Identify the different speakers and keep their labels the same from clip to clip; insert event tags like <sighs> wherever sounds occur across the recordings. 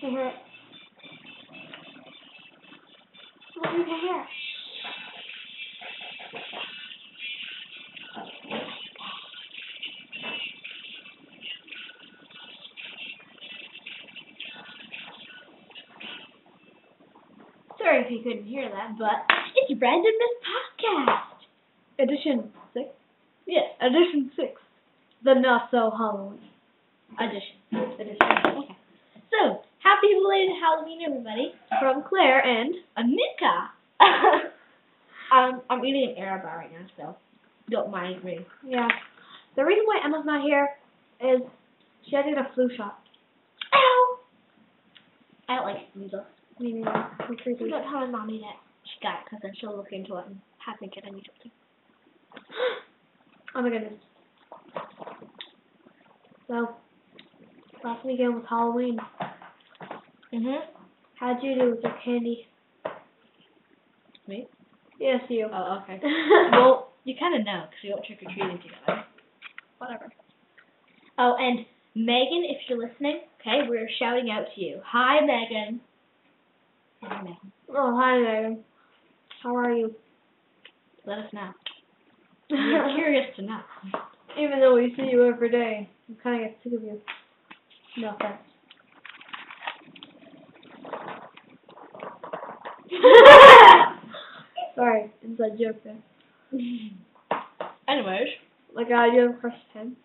Speaker 1: to her. What is her hair? Sorry if you couldn't hear that, but it's Randomness Podcast.
Speaker 2: Edition six.
Speaker 1: Yes,
Speaker 2: Edition six. The not so Halloween.
Speaker 1: audition. Audition. Okay. So, happy belated Halloween, everybody,
Speaker 2: From Claire and
Speaker 1: Anika. <laughs> um, I'm eating an Arab right now, so don't mind me.
Speaker 2: yeah. The reason why Emma's not here is she had to get a flu shot.
Speaker 1: Ow! I don't like noodles.
Speaker 2: Meaning I'm
Speaker 1: I
Speaker 2: creepy.
Speaker 1: don't
Speaker 2: <gasps>
Speaker 1: tell my mommy that she got it, because then she'll look into it and have me get a needle too.
Speaker 2: Oh my goodness. So last weekend was Halloween.
Speaker 1: Mm-hmm.
Speaker 2: How'd you do with your candy?
Speaker 1: Me?
Speaker 2: Yes, you.
Speaker 1: Oh, okay.
Speaker 2: <laughs>
Speaker 1: well, you kind of know, because we went trick-or-treating together. Whatever. Oh, and Megan, if you're listening, okay, we're shouting out to you. Hi, Megan. Hi, Megan.
Speaker 2: oh hi Megan. How are you?
Speaker 1: Let us know.
Speaker 2: <laughs>
Speaker 1: <laughs> We're curious to know.
Speaker 2: Even though we see you every day, we kind of get sick of you. No offense. Sorry, inside joke there.
Speaker 1: Anyways.
Speaker 2: Like, uh, you have a crush on him.
Speaker 1: Oh,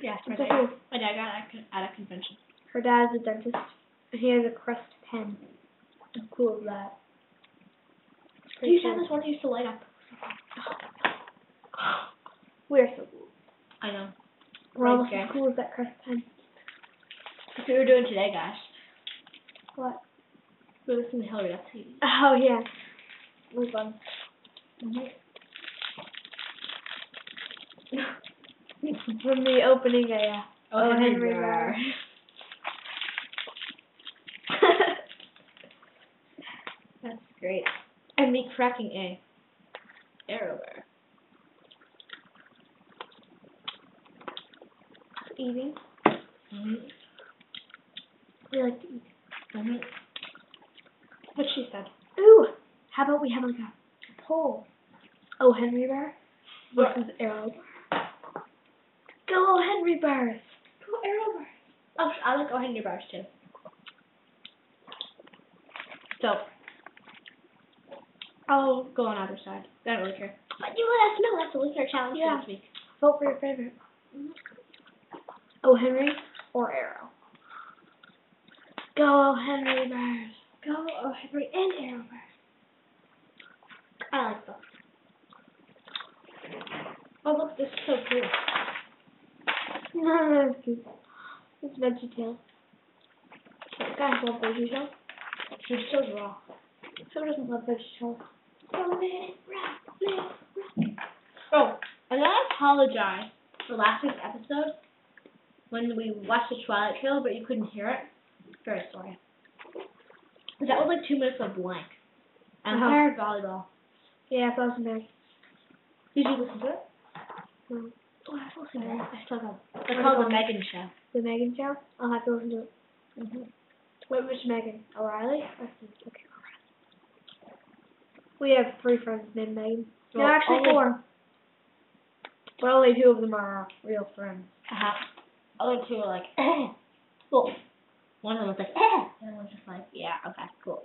Speaker 1: Yeah,
Speaker 2: It's okay.
Speaker 1: My dad got at a con- at a convention.
Speaker 2: Her dad's a dentist. and He has a crest pen. How cool is that? It's
Speaker 1: Do you
Speaker 2: pretty
Speaker 1: have
Speaker 2: cool.
Speaker 1: this one that used to light up?
Speaker 2: We are so cool.
Speaker 1: I know.
Speaker 2: We're almost
Speaker 1: Okay.
Speaker 2: as cool as that crest pen.
Speaker 1: That's what we were doing today, guys.
Speaker 2: What?
Speaker 1: We were listening to Hillary Duff TV.
Speaker 2: Oh, yeah. Move on. <laughs>
Speaker 1: Mm-hmm.
Speaker 2: From the opening, I, uh, Oh, Henry Barr.
Speaker 1: <laughs> That's great. And me cracking a arrowware.
Speaker 2: eating.
Speaker 1: Mm-hmm.
Speaker 2: We like to eat.
Speaker 1: Mm-hmm. What she said.
Speaker 2: Ooh! How about we have like a poll? Oh, Henry Bar
Speaker 1: What?
Speaker 2: versus Arrow Bar. Go, Oh, Henry Bars!
Speaker 1: Go arrowware. Oh, I like go Henry bars too. So, I'll go on either side. I don't really care. But you let us know. That's a listener challenge
Speaker 2: Yeah.
Speaker 1: for this week.
Speaker 2: Vote for your favorite. Oh, Henry or Arrow? Go, Oh, Henry Bars!
Speaker 1: Go Oh Henry and Arrowverse. I like both. Oh look, this is so cool.
Speaker 2: <laughs> No, no, it's cute. It's Veggie Tale. Guys love Veggie Tale.
Speaker 1: She's so raw.
Speaker 2: Who doesn't love Veggie Tale?
Speaker 1: So let it rock, let it rock. Oh, and then I apologize for last week's episode when we watched the Twilight trailer, but you couldn't hear it. Very sorry. 'Cause That was like two minutes of blank. And
Speaker 2: Uh-huh.
Speaker 1: I heard volleyball.
Speaker 2: Yeah, I thought it was nice.
Speaker 1: Did you listen to it?
Speaker 2: No.
Speaker 1: Oh, I listened to it. I still don't. It's
Speaker 2: Volleyball.
Speaker 1: called The Megan Show.
Speaker 2: The Megan Show? I'll have to listen to it.
Speaker 1: Mm-hmm.
Speaker 2: Wait, which Megan? O'Reilly? Okay, O'Reilly. We have three friends named Megan.
Speaker 1: Well,
Speaker 2: no, actually
Speaker 1: only-
Speaker 2: four. But only two of them are our real friends.
Speaker 1: Uh-huh. Other two were like, eh. Well, one of them was like, eh. The other one was just like, yeah, okay, cool.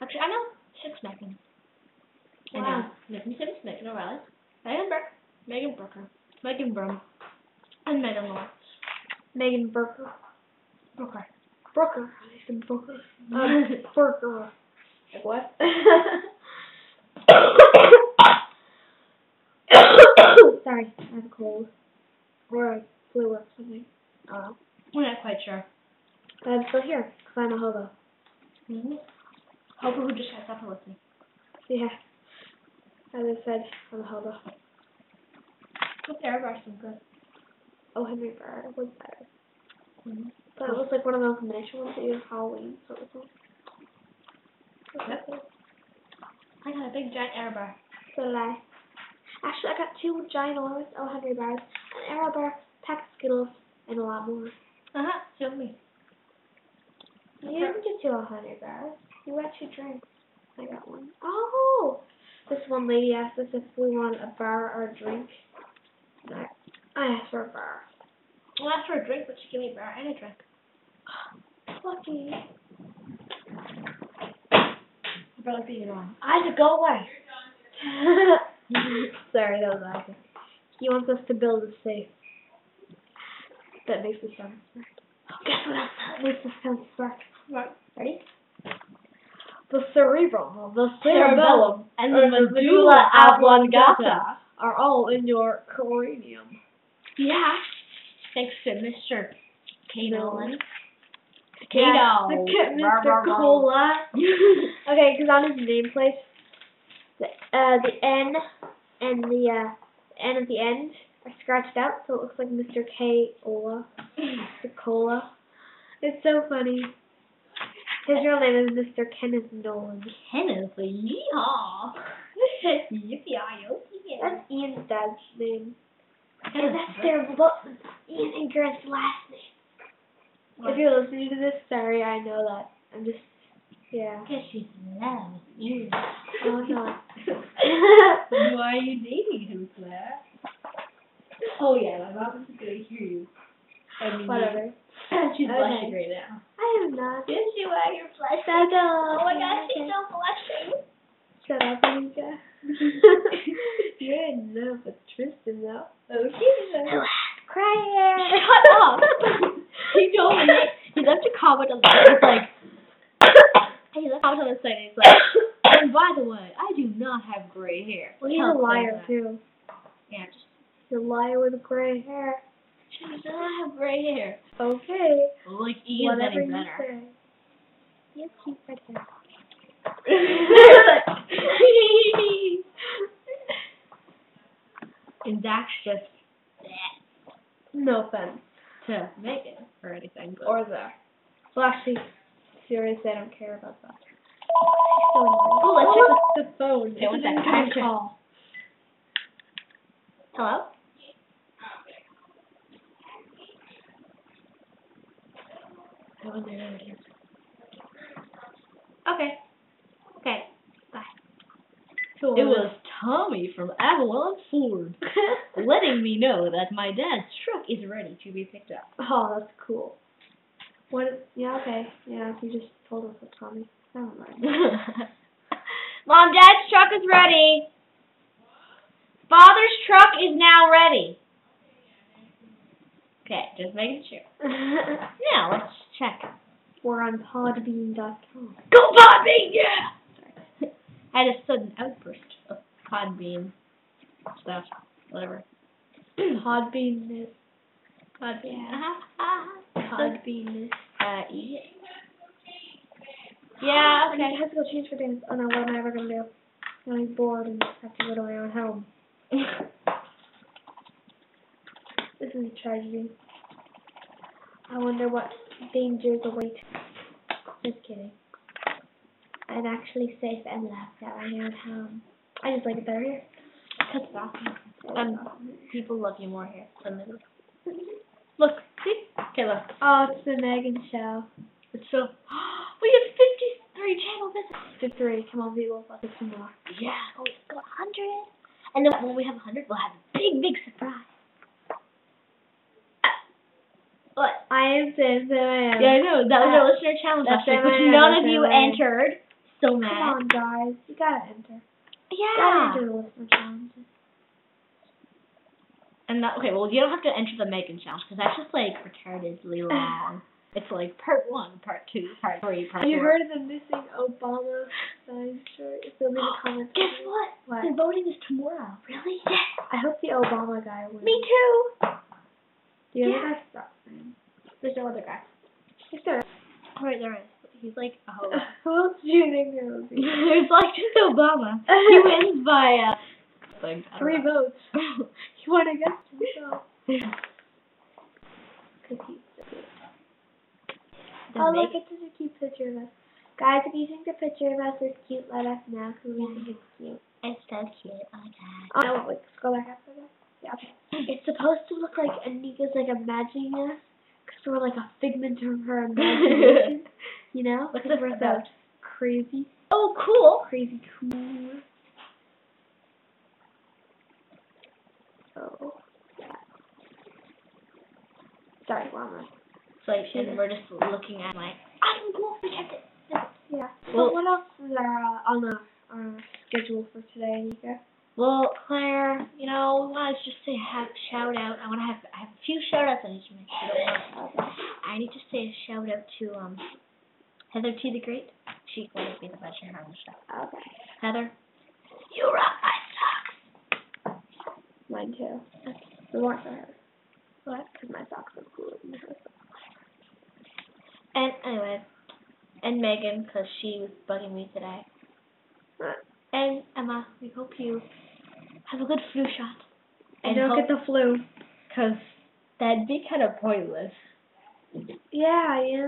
Speaker 1: Actually, I know six Megans. I know.
Speaker 2: Wow.
Speaker 1: Megan Sims, Megan O'Reilly, Megan Burke, Megan Brooker, Megan Brum, and Megan Lawrence.
Speaker 2: Megan Brooker.
Speaker 1: Brooker.
Speaker 2: Brooker. I said Brooker. <laughs> Uh, <coughs>
Speaker 1: like
Speaker 2: Brooker.
Speaker 1: what?
Speaker 2: Sorry, I have a cold. Or a flu or something. I don't know.
Speaker 1: We're not quite sure.
Speaker 2: But I'm still here, because I'm a hobo.
Speaker 1: Mm-hmm. Hope who just got up and listening.
Speaker 2: Yeah. As I said, I'm a hobo.
Speaker 1: But there are some good.
Speaker 2: Oh, Henry Burr was better.
Speaker 1: Mm-hmm.
Speaker 2: But it was like one of those miniature ones that you have Halloween, so it was like,
Speaker 1: I got a big giant air bar.
Speaker 2: so did I. Actually, I got two giant enormous Oh Henry bars,
Speaker 1: Uh-huh.
Speaker 2: an arrow bar, pack of Skittles, and a lot more.
Speaker 1: Uh huh. Show me.
Speaker 2: You didn't get you a hundred dollars. You got two drinks. I got one. Oh, this one lady asked us if we want a bar or a drink. And I I asked for a bar. <gasps>
Speaker 1: Well, asked for a drink, but she gave me a beer and a drink.
Speaker 2: Lucky.
Speaker 1: I felt like being wrong.
Speaker 2: I had to go away. <laughs> Sorry, that was awesome. He wants us to build a safe. That makes me sound smart. Guess what else that makes us sound smart?
Speaker 1: Right.
Speaker 2: Ready? The cerebrum, the cerebellum,
Speaker 1: Cerebellum,
Speaker 2: and
Speaker 1: Or
Speaker 2: the
Speaker 1: the
Speaker 2: medulla oblongata
Speaker 1: oblongata.
Speaker 2: are all in your cranium.
Speaker 1: Yeah. Thanks to Mr. K. Nolan.
Speaker 2: Yeah, the kid, Mr. Cola. Okay, because on his nameplate, the uh, the N and the uh, N at the end are scratched out, so it looks like Mr. K. Ola, Mr. Cola. It's so funny. His real name is Mr. Kenneth Nolan.
Speaker 1: Kenneth, yeehaw. Yippee-i-yo.
Speaker 2: That's Ian's dad's name. And that's their
Speaker 1: Kenneth.
Speaker 2: lo- Ian and Grant's last name. If you're listening to this, sorry, I know that. I'm just, <laughs> yeah.
Speaker 1: Because she loves you.
Speaker 2: Oh <laughs> no.
Speaker 1: Why are you dating him, Claire? Oh yeah, my mom is gonna hear you. I mean,
Speaker 2: Whatever. Okay.
Speaker 1: She's blushing right now.
Speaker 2: I am not.
Speaker 1: Yes, you are. You're blushing.
Speaker 2: Oh
Speaker 1: so blushing.
Speaker 2: Shut up, Anika. <laughs> You're in love with Tristan, though.
Speaker 1: Oh, Okay.
Speaker 2: Crying.
Speaker 1: Shut
Speaker 2: <laughs>
Speaker 1: up. he told me he left a comment on the side. It's like <coughs> he left a comment on the side. It's like, and by the way, I do not have gray hair.
Speaker 2: Well, he's
Speaker 1: Tell
Speaker 2: a liar,
Speaker 1: Claire that.
Speaker 2: too.
Speaker 1: Yeah, just
Speaker 2: He's a liar with gray hair.
Speaker 1: she does not have gray hair.
Speaker 2: Okay.
Speaker 1: Like Ian's
Speaker 2: Whatever
Speaker 1: any
Speaker 2: you
Speaker 1: better.
Speaker 2: <laughs> say. Yes, he said that.
Speaker 1: <laughs> and that's just
Speaker 2: No offense.
Speaker 1: to Megan or anything. But
Speaker 2: Or the. Well, actually, seriously, I don't care about that. So annoying.
Speaker 1: Oh, let's
Speaker 2: Oh,
Speaker 1: check the phone.
Speaker 2: It was that time call.
Speaker 1: Hello? Okay. Okay. Bye.
Speaker 2: Cool.
Speaker 1: It was Tommy from Avalon Ford
Speaker 2: <laughs>
Speaker 1: letting me know that my dad's truck is ready to be picked up.
Speaker 2: Oh, that's cool. What? Yeah, okay. Yeah, you just told us what Tommy. Never mind.
Speaker 1: <laughs>
Speaker 2: <laughs>
Speaker 1: Mom, Dad's truck is ready. Father's truck is now ready. Okay, just making sure. Now let's check.
Speaker 2: We're on <clears throat> podbean.com.
Speaker 1: Go Podbean, yeah! I had a sudden outburst of Podbean stuff, whatever.
Speaker 2: Podbean is.
Speaker 1: Podbean. Podbean.
Speaker 2: Podbean is.
Speaker 1: Uh, yeah. Yeah,
Speaker 2: I have to go change for dance. Oh no, what am I ever gonna do? I'm gonna be bored and have to go to my own <laughs> home.
Speaker 1: okay.
Speaker 2: This is a tragedy. I wonder what dangers await. Just kidding. I'm actually safe and left at my own home. I just like it better here.
Speaker 1: That's awesome. Um, people love you more here than they do. Look, see? Okay, look.
Speaker 2: Oh, it's the Megan show.
Speaker 1: It's so. <gasps> we have 53 channel visits.
Speaker 2: The three. Come on, people. Let's get some more.
Speaker 1: Yeah, oh, we got 100. And then when we have 100, we'll have a big, big surprise. What?
Speaker 2: I am Sam Sam.
Speaker 1: Yeah, I know. um, That was our
Speaker 2: Uh,
Speaker 1: listener challenge
Speaker 2: that's
Speaker 1: last
Speaker 2: right,
Speaker 1: week, which
Speaker 2: right,
Speaker 1: none of
Speaker 2: that's
Speaker 1: you
Speaker 2: right.
Speaker 1: entered. So
Speaker 2: Come
Speaker 1: mad.
Speaker 2: on, guys. You gotta enter. Gotta
Speaker 1: Yeah.
Speaker 2: enter the listener challenge.
Speaker 1: And that, okay, well, you don't have to enter the Megan challenge because that's just like <sighs> retardedly long. It's like part one, part two, part three, part
Speaker 2: Have you
Speaker 1: four.
Speaker 2: heard of the missing Obama sign shirt? If you'll leave
Speaker 1: <gasps>
Speaker 2: a comment.
Speaker 1: Guess what?
Speaker 2: What?
Speaker 1: The voting is tomorrow. Really? <laughs> Yes.
Speaker 2: I hope the Obama guy wins.
Speaker 1: Me too.
Speaker 2: Do you
Speaker 1: Yeah.
Speaker 2: have a stop sign?
Speaker 1: There's no other guy.
Speaker 2: Is there?
Speaker 1: All right, there is. He's like a <laughs> hoe.
Speaker 2: <laughs> Who else do you think there
Speaker 1: <laughs>
Speaker 2: will be?
Speaker 1: There's like just Obama. He <laughs> wins by uh, like, I don't
Speaker 2: Three
Speaker 1: know.
Speaker 2: votes.
Speaker 1: <laughs>
Speaker 2: You won against himself. Cause he's so good.
Speaker 1: The
Speaker 2: Oh, look,
Speaker 1: Meg-
Speaker 2: it's such a cute picture of us. Guys, if you think the picture of us is cute, let us know because we think it's cute.
Speaker 1: It's so cute. Oh my god.
Speaker 2: Oh, no, wait, scroll back up for that. Yeah, okay. It's supposed to look <laughs> like Anika's like imagining us because we're like a figment of her imagination. You know?
Speaker 1: What's
Speaker 2: Because
Speaker 1: this
Speaker 2: we're
Speaker 1: about?
Speaker 2: so crazy,
Speaker 1: Oh, cool.
Speaker 2: crazy cool. Oh. yeah. Sorry, llama.
Speaker 1: So like, and we're just looking at like, I'm cool. We kept it.
Speaker 2: Yeah. Well,
Speaker 1: Well-
Speaker 2: what else is our, uh, on our, our schedule for today, Nika?
Speaker 1: Well, Claire, you know, we want to just say have shout out. I want to have I have a few shout outs I need to make. Sure don't worry. I need to say a shout out to um Heather T the Great. She gave me the budget and all this stuff.
Speaker 2: Okay.
Speaker 1: Heather, you rock my socks.
Speaker 2: Mine too. The one for her.
Speaker 1: What?
Speaker 2: Because my socks are cooler than hers.
Speaker 1: And anyway, and Megan, 'cause she was bugging me today. And Emma, we hope you have a good flu shot.
Speaker 2: And don't get the flu.
Speaker 1: because that'd be kind of pointless.
Speaker 2: Yeah, you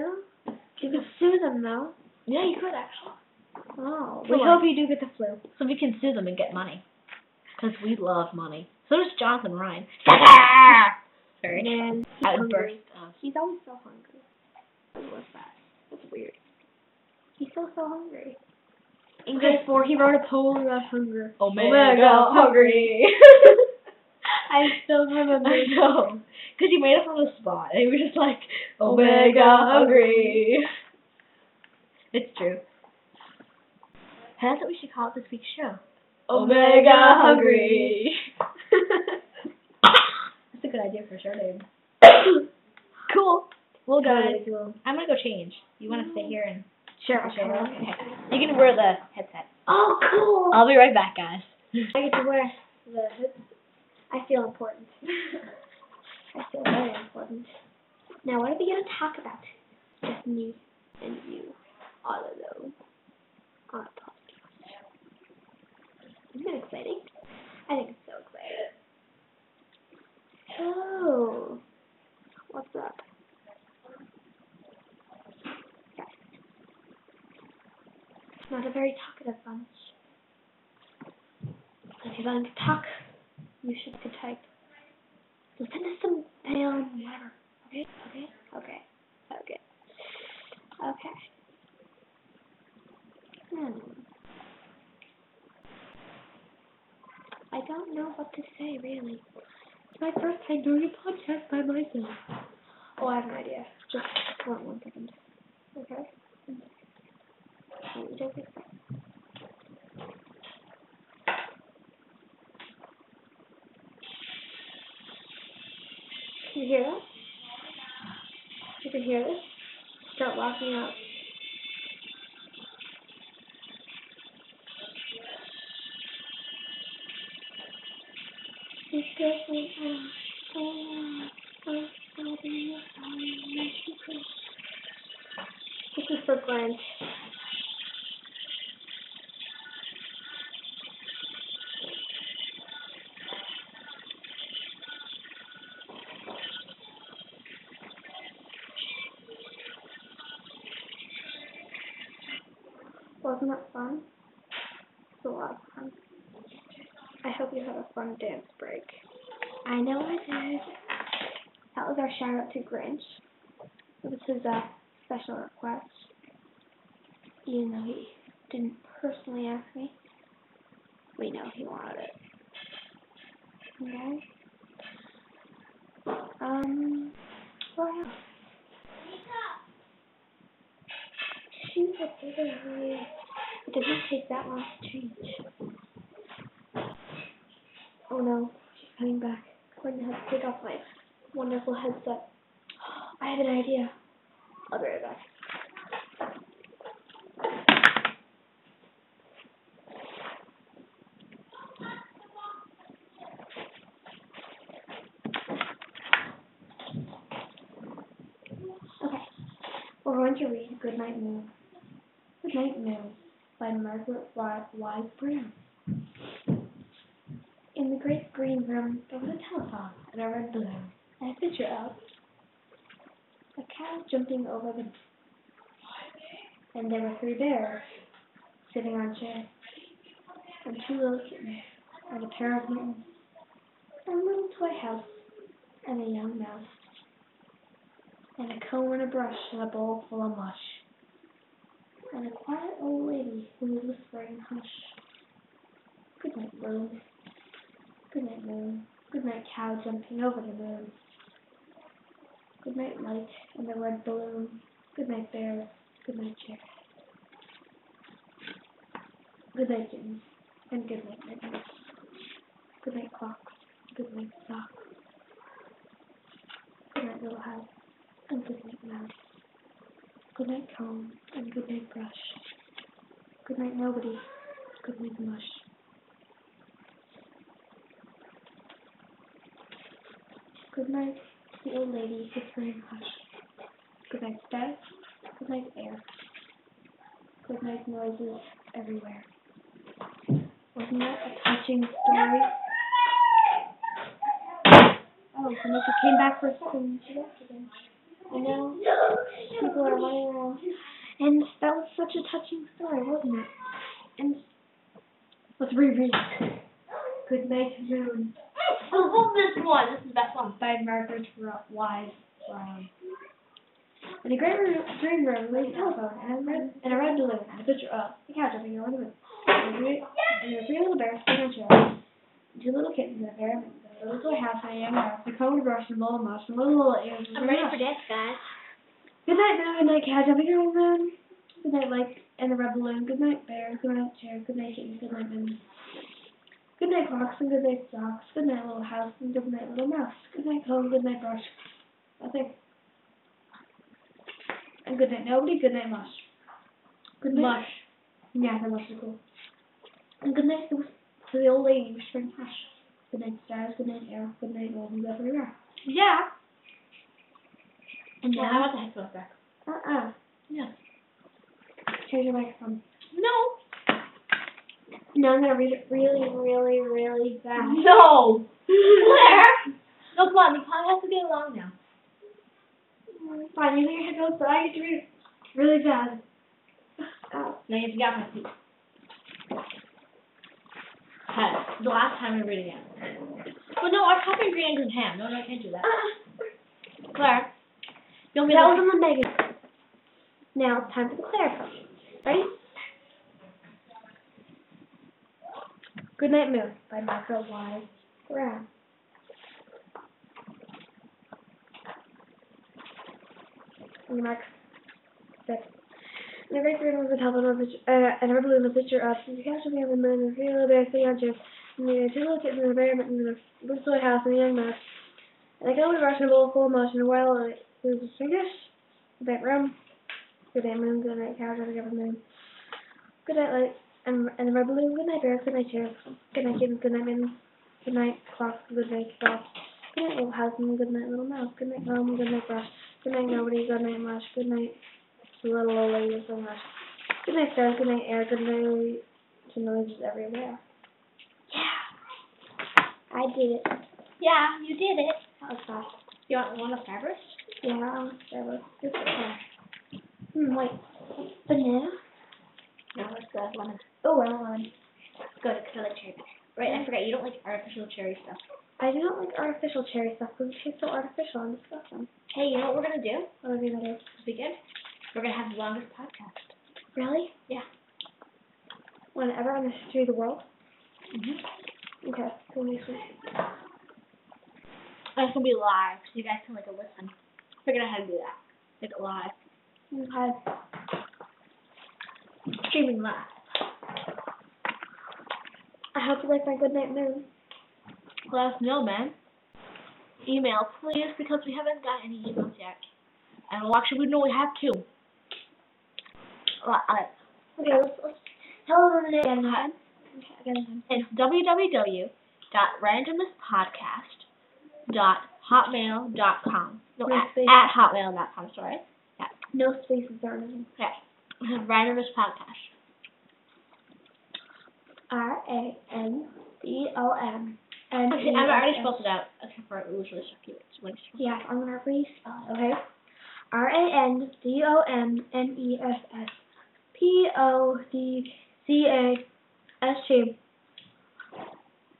Speaker 2: know? You could sue them, though.
Speaker 1: Yeah, you could actually.
Speaker 2: Oh.
Speaker 1: We
Speaker 2: We
Speaker 1: hope
Speaker 2: hope you do get the flu.
Speaker 1: So we can sue them and get money. 'Cause we love money. So does
Speaker 2: <laughs>
Speaker 1: Jonathan Ryan. Sorry.
Speaker 2: And
Speaker 1: Outburst of.
Speaker 2: He's always so hungry. What's that? That's weird. He's still so hungry. In grade four, he wrote a poem about hunger.
Speaker 1: Oh man,
Speaker 2: I'm hungry. <laughs>
Speaker 1: <laughs>
Speaker 2: I still remember.
Speaker 1: I know.
Speaker 2: <laughs>
Speaker 1: Because he made up on the spot. And he was just like,
Speaker 2: Omega
Speaker 1: Omega hungry. It's true. And that's what we should call it this week's show.
Speaker 2: Omega hungry.
Speaker 1: That's a good idea for sure, name. cool. We'll go. I'm going to go change. You want to stay here and.
Speaker 2: Sure.
Speaker 1: Okay. You can wear the headset.
Speaker 2: Oh, cool.
Speaker 1: I'll be right back, <laughs> guys.
Speaker 2: I get to wear the hood. I feel important. I feel very important. Now, what are we going to talk about? Just me and you, all alone, on a podcast. Isn't that exciting? I think it's so exciting. Oh, what's up? Okay. Not a very talkative bunch. If you're going to talk, you should be type. Listen to some down whatever. Okay? Okay? Okay. Okay. Okay. Hmm. I don't know what to say really. It's my first time doing a podcast by myself. Oh, I have an idea. Just hold on one second. Okay. Wait, don't be- Can you hear that? You can hear this? Start walking out. It's just like, oh, oh, oh, oh, dear, oh, my secret. This is for Glenn. Wasn't that fun? It was a lot of fun. I hope you had a fun dance break. I know I did. That was our shout out to Grinch. This is a special request. Even though he didn't personally ask me, we know he wanted it. Okay? Um, what else? She's a baby. It doesn't take that long to change. Oh no, she's coming back. We're gonna have to take off my wonderful headset. I have an idea. I'll be right back. Okay. We're going to read Good Night Moon. Good Night Moon by Margaret Wi- Wise Brown. In the great green room, there was a telephone and a red balloon and a picture of a cow jumping over the. And there were three bears sitting on chairs, and two little kittens, and a pair of mittens, and a little toy house, and a young mouse and a comb and a brush and a bowl full of mush. and a quiet old lady who was whispering hush. Good night, moon. Good night, moon. Good night, cow jumping over the moon. Good night, light and the red balloon. Good night, bear. Good night, chair. Good night, kitten. And good night, midnight. Good night, clocks. Good night, socks. Good night, little house. And good night, mouse. Good night, comb. And good night, brush. Good night, nobody. Good night, mush. Good night, the old lady whispering hush. Good night, sky. Good night, air. Good night, noises everywhere. Wasn't that a touching story? Oh, Vanessa came back for a second. She left again. I know people are running around. And that was such a touching story, wasn't it? And let's reread. Good night, moon. Oh, hold this one. This is the best one. By Margaret Ro- Wise Brown. In a great room, green room, there was a telephone and a red, and a red balloon and a picture of uh, the cow jumping over the moon. And there were three- and there were three little bears sitting on chairs, two little kittens and a bear, and a little toy house and a young mouse, a uh, cone brush and a little mouse and a little little ears. and a
Speaker 1: I'm ready
Speaker 2: mouse.
Speaker 1: for this, guys.
Speaker 2: Good night, moon. Good night, cat. Have a good night, moon. Good night, light and the red balloon. Good night, bear. Good night, chair. Good night, kitten. Good night, moon. Good night, clocks and good night, socks. Good night, little house and good night, little mouse. Good night, home. Good night, brush. Nothing. And good night, nobody. Good night, mush. Good night. Mush. Yeah, the mush is cool. And good night to to the old lady whispering hush. Good night, stars. Good night, air. Good night, all who's everywhere.
Speaker 1: Yeah.
Speaker 2: And
Speaker 1: Well, I
Speaker 2: want the headphones back. Uh-uh.
Speaker 1: Yeah.
Speaker 2: Change your microphone.
Speaker 1: No.
Speaker 2: No, I'm gonna read it really, really, really fast.
Speaker 1: <laughs> No. Claire. No, come on. The podcast will get long now.
Speaker 2: Fine, you leave your headphones, but I get to read it really fast. Oh,
Speaker 1: Now you have to get out my seat. Hey, the last time we read again. But no, our copy of Green Eggs and Ham. No, no, I can't do that.
Speaker 2: Uh,
Speaker 1: Claire. You'll be
Speaker 2: that was
Speaker 1: the-
Speaker 2: on the mega. Now it's time for the Claire. Ready? Good Night Moon by Margaret Wise Brown. Mark six. In the great green was a telephone with a picture, uh, and a red balloon with a picture of the couch of the other moon and three little bears sitting on chairs. And the two little kittens in the bear and the little toy house and the young mouse. And I go to rush in a bowl full of motion while it was a fingers. Good night, room. Good night, moon. Good night, cows. Good night, moon. Good night, light. And, and the red balloon. Good night, bears. Good night, chairs. Good night, kittens. Good night, men. Good night, clocks. Good night, dogs. Good night, old house. And good night, little mouse. Good night, home. Good night, brush. Good night, nobody. Good night, mush. Good night, the little old lady with the mush. Good night, stars. Good night, air. Good night to noises everywhere.
Speaker 1: Yeah.
Speaker 2: I did it.
Speaker 1: Yeah, you did it.
Speaker 2: That was fast.
Speaker 1: You want one of Starburst?
Speaker 2: Yeah, um, there was this one. Hmm, wait. Banana?
Speaker 1: No, it's the lemon.
Speaker 2: Oh, I want one.
Speaker 1: Good, because I like cherry better. Right, I forgot you don't like artificial cherry stuff.
Speaker 2: I do not like artificial cherry stuff because it tastes so artificial and disgusting.
Speaker 1: Hey, you know what we're gonna do
Speaker 2: What do you think that is?
Speaker 1: this weekend? We're gonna have the longest podcast.
Speaker 2: Really?
Speaker 1: Yeah.
Speaker 2: Whenever on this through the world?
Speaker 1: Mm-hmm.
Speaker 2: Okay, cool, next week.
Speaker 1: That's Oh, gonna be live, so you guys can like listen. Figure out how to do that. Make it live.
Speaker 2: Okay.
Speaker 1: Streaming live.
Speaker 2: I hope you like my good night moon.
Speaker 1: Let us know, man. Email, please, because we haven't got any emails yet. And well, actually, we know we have two. Uh, uh,
Speaker 2: Okay, let's, let's hello everyone again. Hi. Okay, again.
Speaker 1: It's www.randomnesspodcast.hotmail.com. No,
Speaker 2: Wait,
Speaker 1: at,
Speaker 2: wait.
Speaker 1: at hotmail.com, sorry.
Speaker 2: No spaces or anything.
Speaker 1: <laughs> Randomness Podcast.
Speaker 2: R A N D O M. And
Speaker 1: Actually, I've already spelled it out, except for it usually sucky. It's when it's-
Speaker 2: Yeah, I'm gonna respell it, okay? R A N D O M N E S S P O D C A S T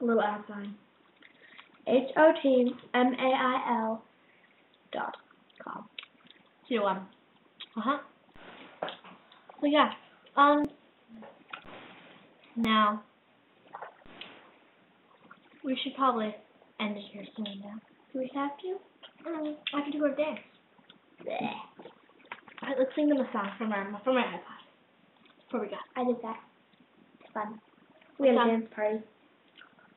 Speaker 2: little at sign. H O T M A I L dot com.
Speaker 1: Two, um, uh huh. Uh-huh. So, yeah,
Speaker 2: Um. No. We should probably end it here soon now. Do we have to? Um, I can do our dance.
Speaker 1: Alright, let's sing them a song from our from our iPod. Before we go.
Speaker 2: I did that. It's fun. We had a
Speaker 1: Fun.
Speaker 2: dance party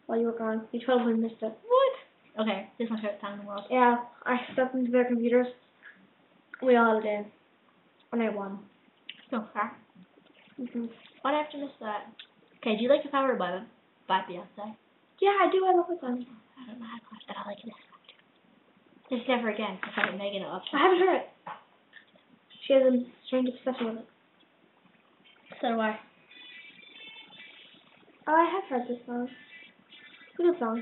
Speaker 2: while you were gone. You totally missed it.
Speaker 1: What? Okay, this is my favorite song in the world.
Speaker 2: Yeah, I stepped into their computers. We all had a dance. And I won.
Speaker 1: So far.
Speaker 2: hmm
Speaker 1: Why'd I have to miss that? Okay, do you like If I Were a Woman by Beyonce?
Speaker 2: Yeah, I do. I love it song.
Speaker 1: I don't know how to watch that. I like this song too. There's never again. I haven't Megan an
Speaker 2: I
Speaker 1: option.
Speaker 2: haven't heard it. She has a strange obsession with it.
Speaker 1: So do I.
Speaker 2: Oh, I have heard this song. It's a good song.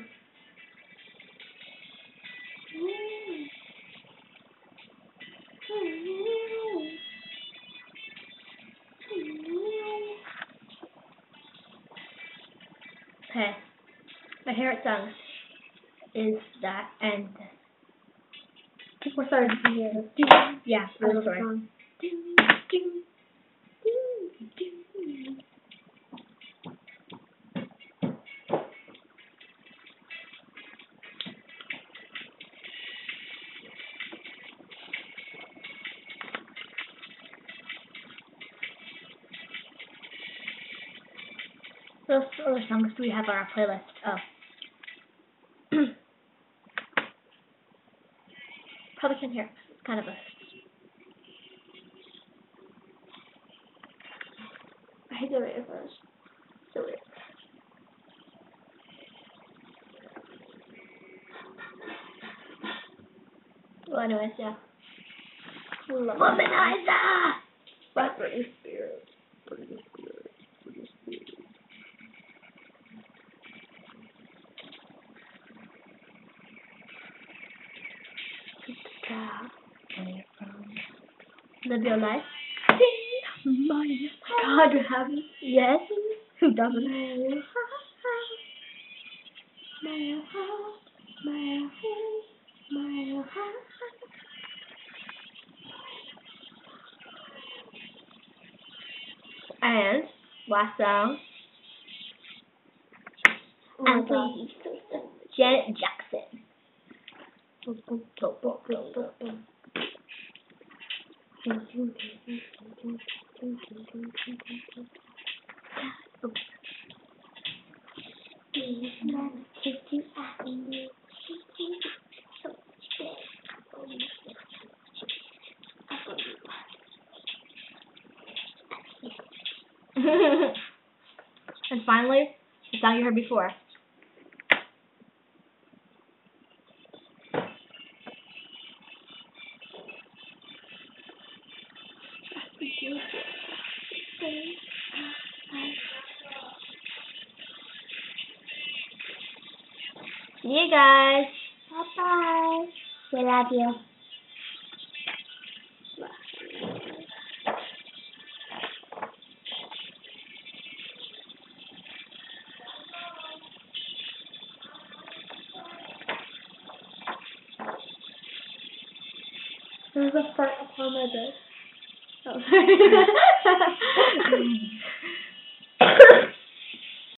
Speaker 1: Okay. My favorite song is that and
Speaker 2: We're starting to hear this.
Speaker 1: yeah,
Speaker 2: I love
Speaker 1: I'm
Speaker 2: this
Speaker 1: sorry.
Speaker 2: song.
Speaker 1: What else- what other songs do we have on our playlist? Oh. <clears throat> Probably can hear. It's kind of a
Speaker 2: I hate the way it goes. So weird.
Speaker 1: well anyways, yeah.
Speaker 2: Love
Speaker 1: Womanizer
Speaker 2: That's Britney Spears.
Speaker 1: Live your life.
Speaker 2: <laughs> My
Speaker 1: God,
Speaker 2: you're happy.
Speaker 1: Yes.
Speaker 2: Who doesn't?
Speaker 1: And last song.
Speaker 2: Oh my
Speaker 1: and
Speaker 2: God.
Speaker 1: please, Janet Jackson. <laughs> and finally, the song you heard before. See you guys.
Speaker 2: Bye bye. We love you.
Speaker 1: <laughs>
Speaker 2: <laughs> There's a fart upon my bed. Oh. <laughs>